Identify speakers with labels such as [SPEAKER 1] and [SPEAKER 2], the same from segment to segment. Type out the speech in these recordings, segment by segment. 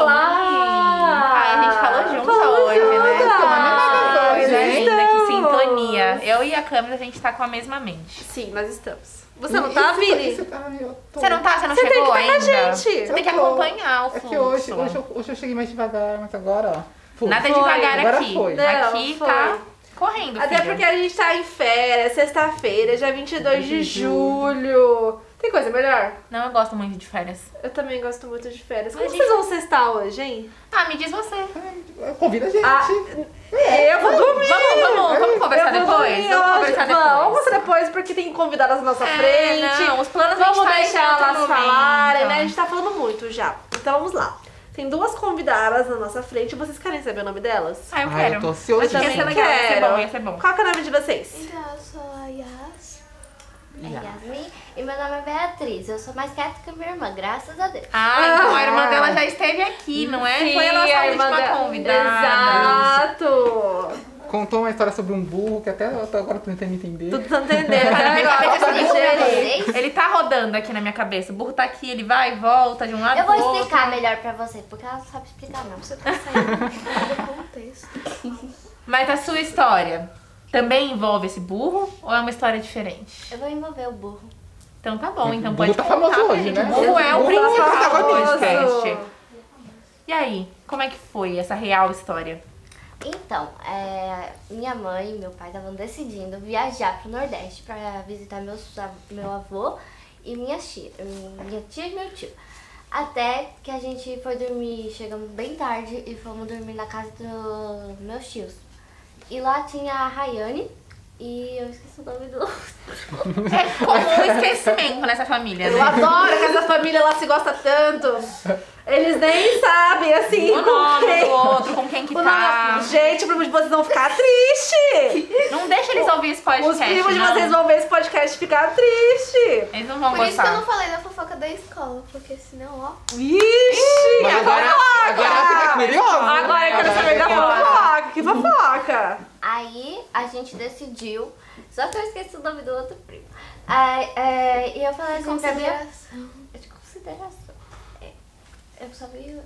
[SPEAKER 1] Olá!
[SPEAKER 2] Ai, Ah, a gente falou junto
[SPEAKER 1] Falou
[SPEAKER 2] hoje, né?
[SPEAKER 1] juntas! Ah,
[SPEAKER 2] Somos
[SPEAKER 1] então!
[SPEAKER 2] a mesma pessoa, né?
[SPEAKER 1] Estamos.
[SPEAKER 2] Linda, que sintonia. Eu e a câmera, a gente tá com a mesma mente.
[SPEAKER 1] Sim, nós estamos. Você não tá, Vini?
[SPEAKER 3] Você tá, eu tô.
[SPEAKER 2] Você não tá? Você não
[SPEAKER 1] Você tem
[SPEAKER 2] chegou
[SPEAKER 1] que estar com a
[SPEAKER 2] ainda?
[SPEAKER 1] gente.
[SPEAKER 2] Você tem que
[SPEAKER 3] Eu tô.
[SPEAKER 2] acompanhar o
[SPEAKER 3] É
[SPEAKER 2] fluxo.
[SPEAKER 3] que hoje, hoje, eu, hoje eu cheguei mais devagar, mas agora, ó. fluxo.
[SPEAKER 2] Nada
[SPEAKER 1] Foi.
[SPEAKER 2] devagar
[SPEAKER 3] Agora
[SPEAKER 2] aqui.
[SPEAKER 3] foi.
[SPEAKER 1] Não,
[SPEAKER 2] aqui
[SPEAKER 1] foi.
[SPEAKER 2] tá correndo,
[SPEAKER 1] Até
[SPEAKER 2] filha.
[SPEAKER 1] porque a gente tá em férias, sexta-feira, dia 22 de julho. Tem coisa melhor?
[SPEAKER 2] Não, eu gosto muito de férias.
[SPEAKER 1] Eu também gosto muito de férias. Como
[SPEAKER 2] Ai,
[SPEAKER 1] vocês vão sextar hoje, hein?
[SPEAKER 2] Ah, me diz você.
[SPEAKER 3] Convida a gente.
[SPEAKER 1] Ah, eu vou dormir!
[SPEAKER 2] É, Vamos, vamos, vamos conversar
[SPEAKER 1] Eu vou
[SPEAKER 2] depois?
[SPEAKER 1] dormir
[SPEAKER 2] Vamos
[SPEAKER 1] hoje.
[SPEAKER 2] conversar
[SPEAKER 1] Vamos, Vamos
[SPEAKER 2] depois.
[SPEAKER 1] conversar depois, porque tem convidados na nossa
[SPEAKER 2] É,
[SPEAKER 1] frente.
[SPEAKER 2] não, os planos a gente
[SPEAKER 1] Vamos
[SPEAKER 2] tá em
[SPEAKER 1] deixar
[SPEAKER 2] outro
[SPEAKER 1] elas
[SPEAKER 2] momento.
[SPEAKER 1] falarem, né? A gente tá falando muito já. Então vamos lá. Tem duas convidadas na nossa frente. Vocês querem saber o nome delas?
[SPEAKER 2] Ah, eu
[SPEAKER 3] Ai,
[SPEAKER 2] quero.
[SPEAKER 3] eu tô
[SPEAKER 2] Eu
[SPEAKER 3] ansiosa.
[SPEAKER 2] também
[SPEAKER 1] Sim.
[SPEAKER 2] quero. Ia ser
[SPEAKER 1] Quero.
[SPEAKER 2] bom, ia ser bom.
[SPEAKER 1] Qual que é o nome de vocês?
[SPEAKER 4] Então, eu sou a Yas. É
[SPEAKER 3] Yas.
[SPEAKER 4] Yasmin. E meu nome é Beatriz. Eu sou mais quieta que a minha irmã, graças a Deus.
[SPEAKER 2] Ah, então a irmã dela já esteve aqui, não é?
[SPEAKER 1] Ah,
[SPEAKER 2] Foi a nossa última
[SPEAKER 1] da-
[SPEAKER 2] convidada.
[SPEAKER 1] Exato!
[SPEAKER 3] Contou uma história sobre um burro que até até agora eu tô tentando entender.
[SPEAKER 1] Tudo tá entendendo.
[SPEAKER 2] Tá na minha cabeça,
[SPEAKER 1] Agora,
[SPEAKER 2] assim,
[SPEAKER 1] gente,
[SPEAKER 4] vocês?
[SPEAKER 2] Ele tá rodando aqui na minha cabeça. O burro tá aqui, ele vai e volta de um lado
[SPEAKER 4] Eu
[SPEAKER 2] pro
[SPEAKER 4] vou
[SPEAKER 2] outro.
[SPEAKER 4] explicar melhor pra você, porque ela não sabe explicar não. Você tá saindo do contexto.
[SPEAKER 2] Mas a sua história também envolve esse burro ou é uma história diferente?
[SPEAKER 4] Eu vou envolver o burro.
[SPEAKER 2] Então tá bom, então
[SPEAKER 3] O
[SPEAKER 2] pode
[SPEAKER 3] burro
[SPEAKER 2] contar
[SPEAKER 3] tá famoso
[SPEAKER 2] pra
[SPEAKER 3] hoje,
[SPEAKER 2] gente.
[SPEAKER 3] né?
[SPEAKER 2] O burro é o
[SPEAKER 3] O burro é o
[SPEAKER 2] principal do
[SPEAKER 1] famoso.
[SPEAKER 2] podcast. E aí, como é que foi essa real história?
[SPEAKER 4] Então, é, minha mãe e meu pai estavam decidindo viajar pro Nordeste pra visitar meus, av- meu avô e minha tia, minha tia e meu tio. Até que a gente foi dormir, chegamos bem tarde e fomos dormir na casa dos meus tios. E lá tinha a Rayane e eu esqueci o nome do outro.
[SPEAKER 2] É comum esquecimento nessa família,
[SPEAKER 1] Eu
[SPEAKER 2] né?
[SPEAKER 1] adoro que essa família ela se gosta tanto. Eles nem sabem, assim,
[SPEAKER 2] O
[SPEAKER 1] com
[SPEAKER 2] nome
[SPEAKER 1] quem-
[SPEAKER 2] do outro, com quem que
[SPEAKER 1] o nome-
[SPEAKER 2] tá.
[SPEAKER 1] Gente, o primo de vocês vão ficar triste.
[SPEAKER 2] Não deixa eles ouvir esse podcast,
[SPEAKER 1] Os primos de
[SPEAKER 2] não.
[SPEAKER 1] vocês vão ver esse podcast e ficar triste.
[SPEAKER 2] Eles não vão
[SPEAKER 5] Por isso
[SPEAKER 2] gostar.
[SPEAKER 5] que eu não falei da fofoca da escola, porque senão, ó.
[SPEAKER 1] Ixi,
[SPEAKER 3] Mas agora, agora ela fica curiosa.
[SPEAKER 1] Agora eu quero saber da fofoca. Que fofoca?
[SPEAKER 4] Aí a gente decidiu, só que eu esqueci o nome do outro primo. Aí, é, e eu falei assim pra minha
[SPEAKER 5] Consideração.
[SPEAKER 4] É de consideração. É, Eu só vi.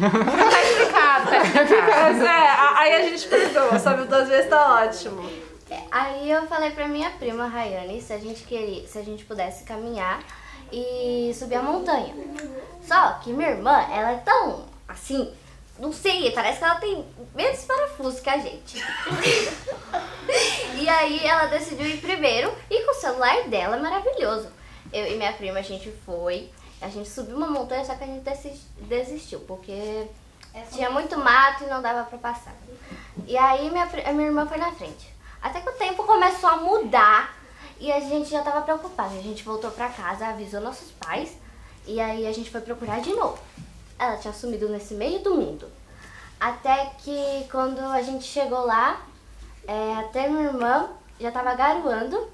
[SPEAKER 2] Tá explicado, tá explicado.
[SPEAKER 1] Mas é, a- aí a gente perdoa, sabe? Duas vezes tá ótimo.
[SPEAKER 4] É, Aí eu falei pra minha prima Rayane se a gente queria, se a gente pudesse caminhar e subir a montanha. Só que minha irmã, ela é tão assim, não sei, parece que ela tem menos parafuso que a gente. e aí ela decidiu ir primeiro e com o celular dela maravilhoso. Eu e minha prima a gente foi, a gente subiu uma montanha, só que a gente desi- desistiu, porque tinha muito mato e não dava pra passar. E aí minha, pri- a minha irmã foi na frente. Até que o tempo começou a mudar e a gente já tava preocupada. A gente voltou pra casa, avisou nossos pais e aí a gente foi procurar de novo. Ela tinha sumido nesse meio do mundo. Até que quando a gente chegou lá, é, até minha irmã já tava garoando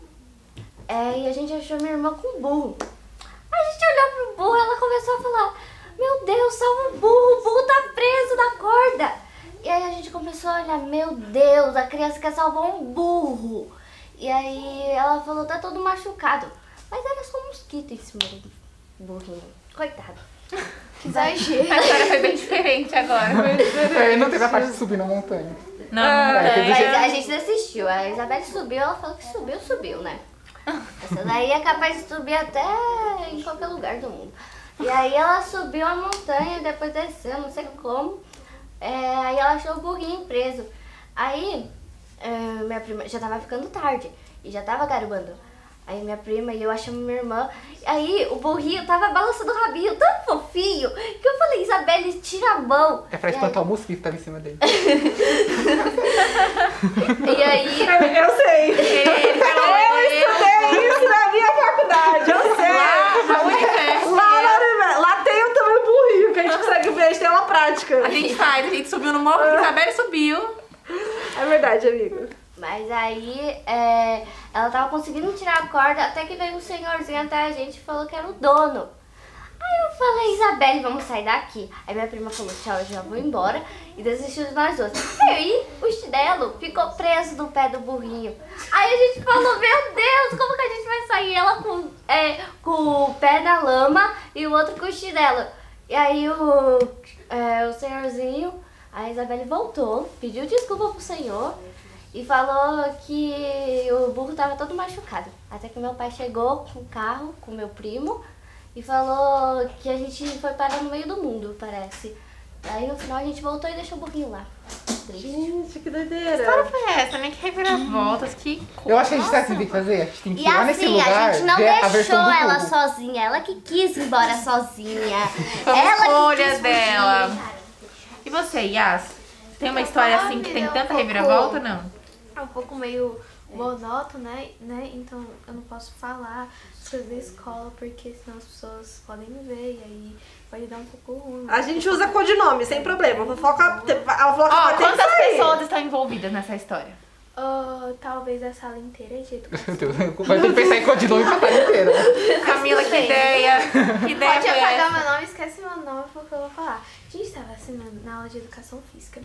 [SPEAKER 4] é, e a gente achou minha irmã com um burro. A gente olhou pro burro e ela começou a falar: Meu Deus, salva o burro, o burro tá preso na corda. E aí a gente começou a olhar: Meu Deus, a criança quer salvar um burro. E aí ela falou: Tá todo machucado. Mas era só um mosquito em cima do burrinho. Coitado.
[SPEAKER 5] Que exagero.
[SPEAKER 2] A história foi bem diferente agora.
[SPEAKER 3] É, não teve a parte de subir na montanha.
[SPEAKER 2] Não, não tem.
[SPEAKER 4] Mas a gente desistiu. A Isabelle subiu, ela falou que subiu, subiu, né? Essa daí é capaz de subir até em qualquer lugar do mundo. E aí ela subiu a montanha, depois desceu, não sei como. É, aí ela achou o burrinho preso. Aí é, minha prima já tava ficando tarde e já tava garoando. Aí minha prima e eu achamos minha irmã. Aí o burrinho tava balançando o rabinho tão fofinho que eu falei, Isabelle, tira a mão.
[SPEAKER 3] É pra
[SPEAKER 4] E aí-
[SPEAKER 3] espantar o mosquito que tava em cima dele.
[SPEAKER 4] e aí
[SPEAKER 1] Eu sei.
[SPEAKER 2] Ele falou,
[SPEAKER 1] Eu estudei isso na minha faculdade, eu sei.
[SPEAKER 2] "Ah, a Unifesp,
[SPEAKER 1] Lá, lá, lá, lá tem eu também o burrinho, que a gente consegue ver, a gente tem aula prática.
[SPEAKER 2] A gente faz, a gente subiu no morro, a Isabelle subiu.
[SPEAKER 1] É verdade, amigo.
[SPEAKER 4] Mas aí é, ela tava conseguindo tirar a corda até que veio um senhorzinho até a gente e falou que era o dono. Aí eu falei, Isabelle, vamos sair daqui. Aí minha prima falou, tchau, eu já vou embora. E desistiu de nós duas. Aí o chinelo ficou preso no pé do burrinho. Aí a gente falou, meu Deus, como que a gente vai sair? Ela com, é, com o pé na lama e o outro com o chinelo. E aí o, é, o senhorzinho, a Isabelle voltou, pediu desculpa pro senhor. E falou que o burro tava todo machucado. Até que meu pai chegou com o carro, com meu primo, e falou que a gente foi parar no meio do mundo, parece. Aí no final a gente voltou e deixou o burrinho lá. Triste.
[SPEAKER 1] Gente, que doideira.
[SPEAKER 2] Para foi essa, nem que reviravoltas, que
[SPEAKER 3] Eu acho que a gente sabe o que tem que fazer. A gente tem que
[SPEAKER 4] E
[SPEAKER 3] ir lá nesse
[SPEAKER 4] assim,
[SPEAKER 3] lugar.
[SPEAKER 4] a gente não
[SPEAKER 3] ver a
[SPEAKER 4] deixou
[SPEAKER 3] versão do
[SPEAKER 4] ela
[SPEAKER 3] burro.
[SPEAKER 4] sozinha, ela que quis ir embora sozinha.
[SPEAKER 2] São
[SPEAKER 4] ela que
[SPEAKER 2] escolhas
[SPEAKER 4] quis
[SPEAKER 2] dela.
[SPEAKER 4] fugir.
[SPEAKER 2] E você, Yas? Tem uma
[SPEAKER 5] Eu
[SPEAKER 2] história
[SPEAKER 5] tava
[SPEAKER 2] assim que tem
[SPEAKER 5] virando
[SPEAKER 2] tanta
[SPEAKER 5] um pouco-
[SPEAKER 2] reviravolta, não?
[SPEAKER 5] É um pouco meio monótono, né? né? Então eu não posso falar as coisas da escola, porque senão as pessoas podem me ver e aí pode dar um pouco ruim.
[SPEAKER 1] A gente usa codinome, sem problema. Fofoca, te- a
[SPEAKER 2] Ó,
[SPEAKER 1] fofoca vai ter que
[SPEAKER 2] quantas
[SPEAKER 1] sair.
[SPEAKER 2] pessoas estão envolvidas nessa história?
[SPEAKER 5] Ah, talvez a sala inteira de educação.
[SPEAKER 3] Meu Deus, Vai ter que pensar em codinome pra tarde inteira.
[SPEAKER 2] Camila, que ideia! Que ideia
[SPEAKER 5] Pode
[SPEAKER 2] foi
[SPEAKER 5] apagar
[SPEAKER 2] essa?
[SPEAKER 5] meu nome, esquece meu nome é porque eu vou falar. A gente tava assinando na aula de educação física.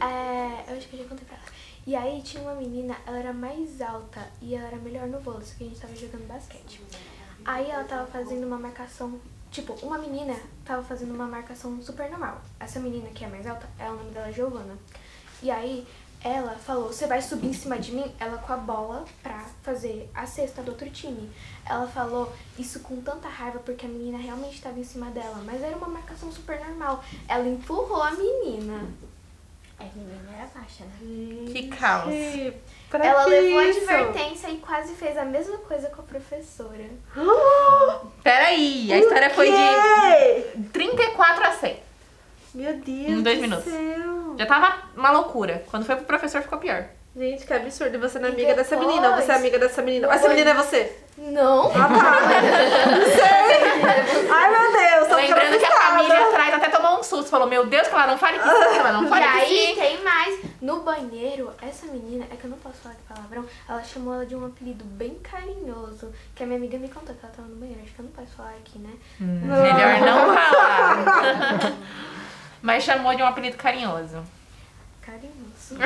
[SPEAKER 5] É, eu acho que eu já contei pra ela. E aí tinha uma menina, ela era mais alta e ela era melhor no vôlei, só que a gente tava jogando basquete. Aí ela tava fazendo uma marcação, tipo, uma menina tava fazendo uma marcação super normal. Essa menina que é mais alta, é o nome dela é Giovana. E aí ela falou, você vai subir em cima de mim? Ela com a bola pra fazer a cesta do outro time. Ela falou isso com tanta raiva porque a menina realmente tava em cima dela, mas era uma marcação super normal. Ela empurrou a menina.
[SPEAKER 4] A menina era baixa, né?
[SPEAKER 2] Que caos.
[SPEAKER 1] Gente, pra
[SPEAKER 5] Ela
[SPEAKER 1] que
[SPEAKER 5] levou a
[SPEAKER 1] isso?
[SPEAKER 5] advertência e quase fez a mesma coisa com a professora.
[SPEAKER 2] Peraí, a história foi de
[SPEAKER 1] Ei!
[SPEAKER 2] 34 a 100.
[SPEAKER 1] Meu Deus
[SPEAKER 2] Em dois
[SPEAKER 1] do
[SPEAKER 2] minutos.
[SPEAKER 1] céu.
[SPEAKER 2] Já tava uma loucura. Quando foi pro professor, ficou pior.
[SPEAKER 1] Gente, que absurdo. E Você não é
[SPEAKER 5] E
[SPEAKER 1] amiga dessa
[SPEAKER 5] depois-
[SPEAKER 1] menina, ou você é amiga dessa menina. Essa menina é você.
[SPEAKER 5] Não.
[SPEAKER 1] Ah, tá. Não sei. Ai, meu Deus. Tô
[SPEAKER 2] Lembrando que a
[SPEAKER 1] assustada.
[SPEAKER 2] família atrás até tomou um susto. Falou, meu Deus, que ela não fale que sim, ela não
[SPEAKER 5] E
[SPEAKER 2] fale
[SPEAKER 5] aí
[SPEAKER 2] que sim.
[SPEAKER 5] tem mais. No banheiro, essa menina, é que eu não posso falar que palavrão, ela chamou ela de um apelido bem carinhoso, que a minha amiga me contou que ela tava no banheiro, acho que eu não posso falar aqui, né?
[SPEAKER 2] Melhor não falar. Mas chamou de um apelido carinhoso.
[SPEAKER 5] Carinhoso.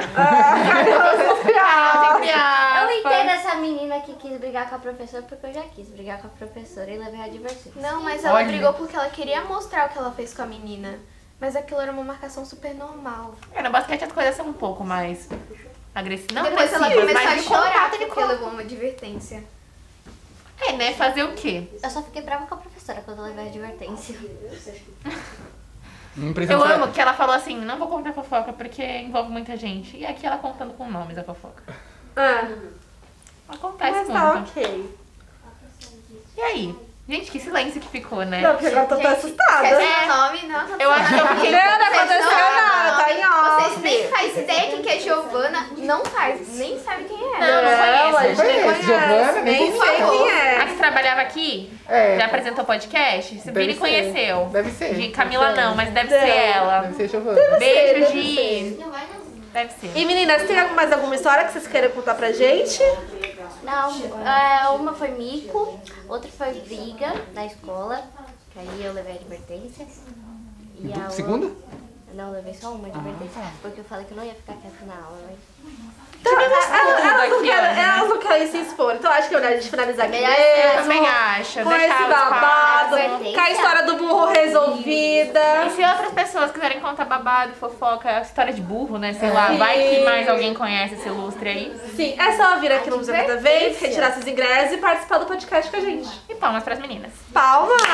[SPEAKER 4] Eu entendo essa menina que quis brigar com a professora porque eu já quis brigar com a professora e levei a advertência.
[SPEAKER 5] Não, mas ela
[SPEAKER 2] Olha.
[SPEAKER 5] brigou porque ela queria mostrar o que ela fez com a menina. Mas aquilo era uma marcação super normal.
[SPEAKER 2] É, no basquete as coisas são um pouco mais agressivas. Não
[SPEAKER 5] Depois ela
[SPEAKER 2] agressivas,
[SPEAKER 5] começou a
[SPEAKER 2] mas de
[SPEAKER 5] chorar
[SPEAKER 2] contato de
[SPEAKER 5] porque levou uma advertência.
[SPEAKER 2] contato. É, né? Fazer o quê?
[SPEAKER 4] Eu só fiquei brava com a professora quando eu levei a advertência.
[SPEAKER 2] Eu
[SPEAKER 3] é-
[SPEAKER 2] amo que ela falou assim, não vou contar fofoca porque envolve muita gente. E aqui ela contando com nomes a fofoca.
[SPEAKER 1] Ah,
[SPEAKER 2] Acontece
[SPEAKER 1] mas
[SPEAKER 2] muito.
[SPEAKER 1] tá ok.
[SPEAKER 2] E aí? Gente, que silêncio que ficou, né?
[SPEAKER 1] Não, porque agora eu tô até
[SPEAKER 5] Gente,
[SPEAKER 1] assustada.
[SPEAKER 2] é,
[SPEAKER 5] Esquece o nome, não.
[SPEAKER 2] Eu acho que eu fiquei...
[SPEAKER 1] Não, não aconteceu nada. Tá em off.
[SPEAKER 5] Vocês nem fazem ideia quem que é Giovana, não faz, nem sabe quem é.
[SPEAKER 2] Não, não
[SPEAKER 1] Não, a
[SPEAKER 2] conheço.
[SPEAKER 1] gente não
[SPEAKER 3] Conheço, Giovana,
[SPEAKER 1] nem
[SPEAKER 3] nem
[SPEAKER 1] sei quem
[SPEAKER 2] A
[SPEAKER 1] é.
[SPEAKER 2] que trabalhava aqui,
[SPEAKER 3] É.
[SPEAKER 2] já apresentou podcast, se
[SPEAKER 3] Deve
[SPEAKER 2] Vini
[SPEAKER 3] ser.
[SPEAKER 2] conheceu.
[SPEAKER 3] Deve ser.
[SPEAKER 2] Gente, Camila não, mas deve
[SPEAKER 1] Deve
[SPEAKER 2] ser
[SPEAKER 1] ser.
[SPEAKER 2] ela.
[SPEAKER 3] Deve ser Giovana.
[SPEAKER 1] Deve
[SPEAKER 2] Beijo,
[SPEAKER 1] ser, deve
[SPEAKER 2] Gi. Deve ser.
[SPEAKER 1] E meninas, tem algum- mais alguma história que vocês queiram contar pra gente?
[SPEAKER 4] Não, é, uma foi mico, outra foi briga na escola, que aí eu levei a advertência. E a
[SPEAKER 3] Segunda?
[SPEAKER 4] outra- Não, eu levei só uma advertência, porque eu falei que eu não ia ficar quieta na aula. né? Mas...
[SPEAKER 1] Então, elas, elas, elas não
[SPEAKER 2] aqui,
[SPEAKER 1] querem,
[SPEAKER 2] ó.
[SPEAKER 1] elas não querem se expor. Então acho que é melhor a gente finalizar aqui
[SPEAKER 4] Melhor
[SPEAKER 2] Eu
[SPEAKER 1] mesmo.
[SPEAKER 2] também acho.
[SPEAKER 1] Com esse
[SPEAKER 2] deixar os
[SPEAKER 1] babado,
[SPEAKER 2] fatos.
[SPEAKER 4] fatos.
[SPEAKER 1] com a história do burro resolvida.
[SPEAKER 2] E se outras pessoas quiserem contar babado, fofoca, é história de burro, né? Sei lá, vai que mais alguém conhece esse lustre aí.
[SPEAKER 1] Sim, é só vir aqui no Museu da Vez, retirar seus ingressos e
[SPEAKER 2] Então,
[SPEAKER 1] participar do podcast com a gente.
[SPEAKER 2] E palmas pras meninas.
[SPEAKER 1] Palmas!